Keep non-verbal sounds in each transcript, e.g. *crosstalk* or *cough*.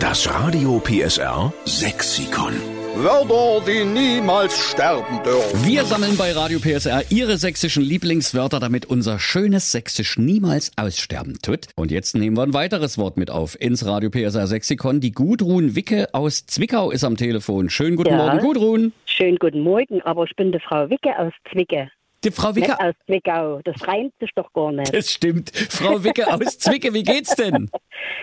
Das Radio PSR Sexikon. Wörter, die niemals sterben dürfen. Wir sammeln bei Radio PSR Ihre sächsischen Lieblingswörter, damit unser schönes Sächsisch niemals aussterben tut. Und jetzt nehmen wir ein weiteres Wort mit auf ins Radio PSR Sexikon. Die Gudrun Wicke aus Zwickau ist am Telefon. Schönen guten Ja. Morgen, Gudrun. Schönen guten Morgen, aber ich bin die Frau Wicke aus Zwicke. Die Frau Wicke, Nicht aus Zwickau. Das reimt sich doch gar nicht. das stimmt. Frau Wicke aus Zwicke, wie geht's denn?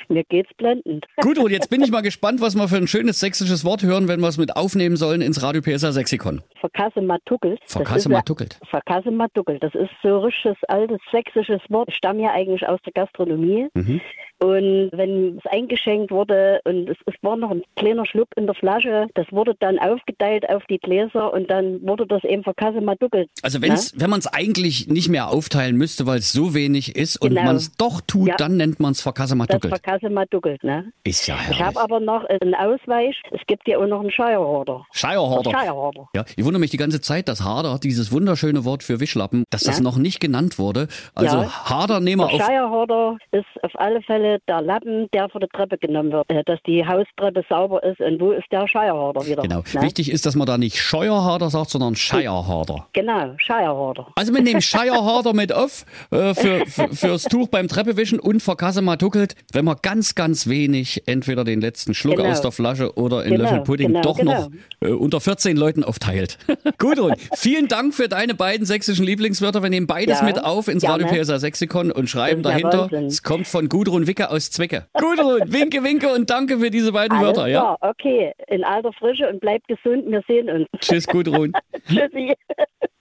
Mir geht's blendend. Gudrun, jetzt bin ich mal gespannt, was wir für ein schönes sächsisches Wort hören, wenn wir es mit aufnehmen sollen ins Radio PSR Sexikon. Verkasse Matuckel. Verkasse Matuckelt. Verkasse Matuckel. Das ist so richtiges altes sächsisches Wort. Ich stamme ja eigentlich aus der Gastronomie. Mhm. Und wenn es eingeschenkt wurde und es, es war noch ein kleiner Schluck in der Flasche, das wurde dann aufgeteilt auf die Gläser und dann wurde das eben Verkasse Matuckel. Also wenn's, wenn man es eigentlich nicht mehr aufteilen müsste, weil es so wenig ist und Genau. man es doch tut, Ja. dann nennt man es Ne? Das Verkassemaduckelt. Verkasse Matuckel, ne? Ist ja Ich habe herrlich. aber noch einen Ausweich. Es gibt ja auch noch einen Scheierhorder. Scheierhorder. Scheierhorder. Ja, ich wundere mich die ganze Zeit, dass Harder, dieses wunderschöne Wort für Wischlappen, dass das Ja. noch nicht genannt wurde. Also Ja. Harder nehmen wir Der auf. Scheierhorder ist auf alle Fälle der Lappen, der von der Treppe genommen wird, äh, dass die Haustreppe sauber ist. Und wo ist der Scheierhorder wieder? Genau. Ne? Wichtig ist, dass man da nicht Scheuerharder sagt, sondern Scheierharder. Genau, Scheierhorder. Also wir nehmen Scheierharder mit auf äh, für, für, fürs Tuch beim Treppewischen und verkasse mal tuckelt, wenn man ganz, ganz wenig entweder den letzten Schluck Genau. aus der Flasche oder in Genau, Löffel Pudding genau, doch genau. noch äh, unter 14 Leuten aufteilt. *laughs* Gudrun, vielen Dank für deine beiden sächsischen Lieblingswörter. Wir nehmen beides Ja, mit auf ins gerne. Radio PSA Sexikon und schreiben Das ist ja dahinter, Wahnsinn. es kommt von Gudrun Wicke aus Zwicke. Gudrun, winke, winke und danke für diese beiden Wörter. Alles Ja. klar, okay. In alter Frische und bleibt gesund. Wir sehen uns. *laughs* Tschüss, Gudrun. Tschüssi.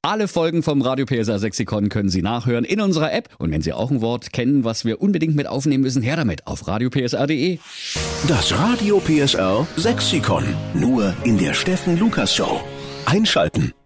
Alle Folgen vom Radio PSR Sexikon können Sie nachhören in unserer App. Und wenn Sie auch ein Wort kennen, was wir unbedingt mit aufnehmen müssen, her damit auf radiopsr.de. Das Radio PSR Sexikon. Nur in der Steffen Lukas Show. Einschalten.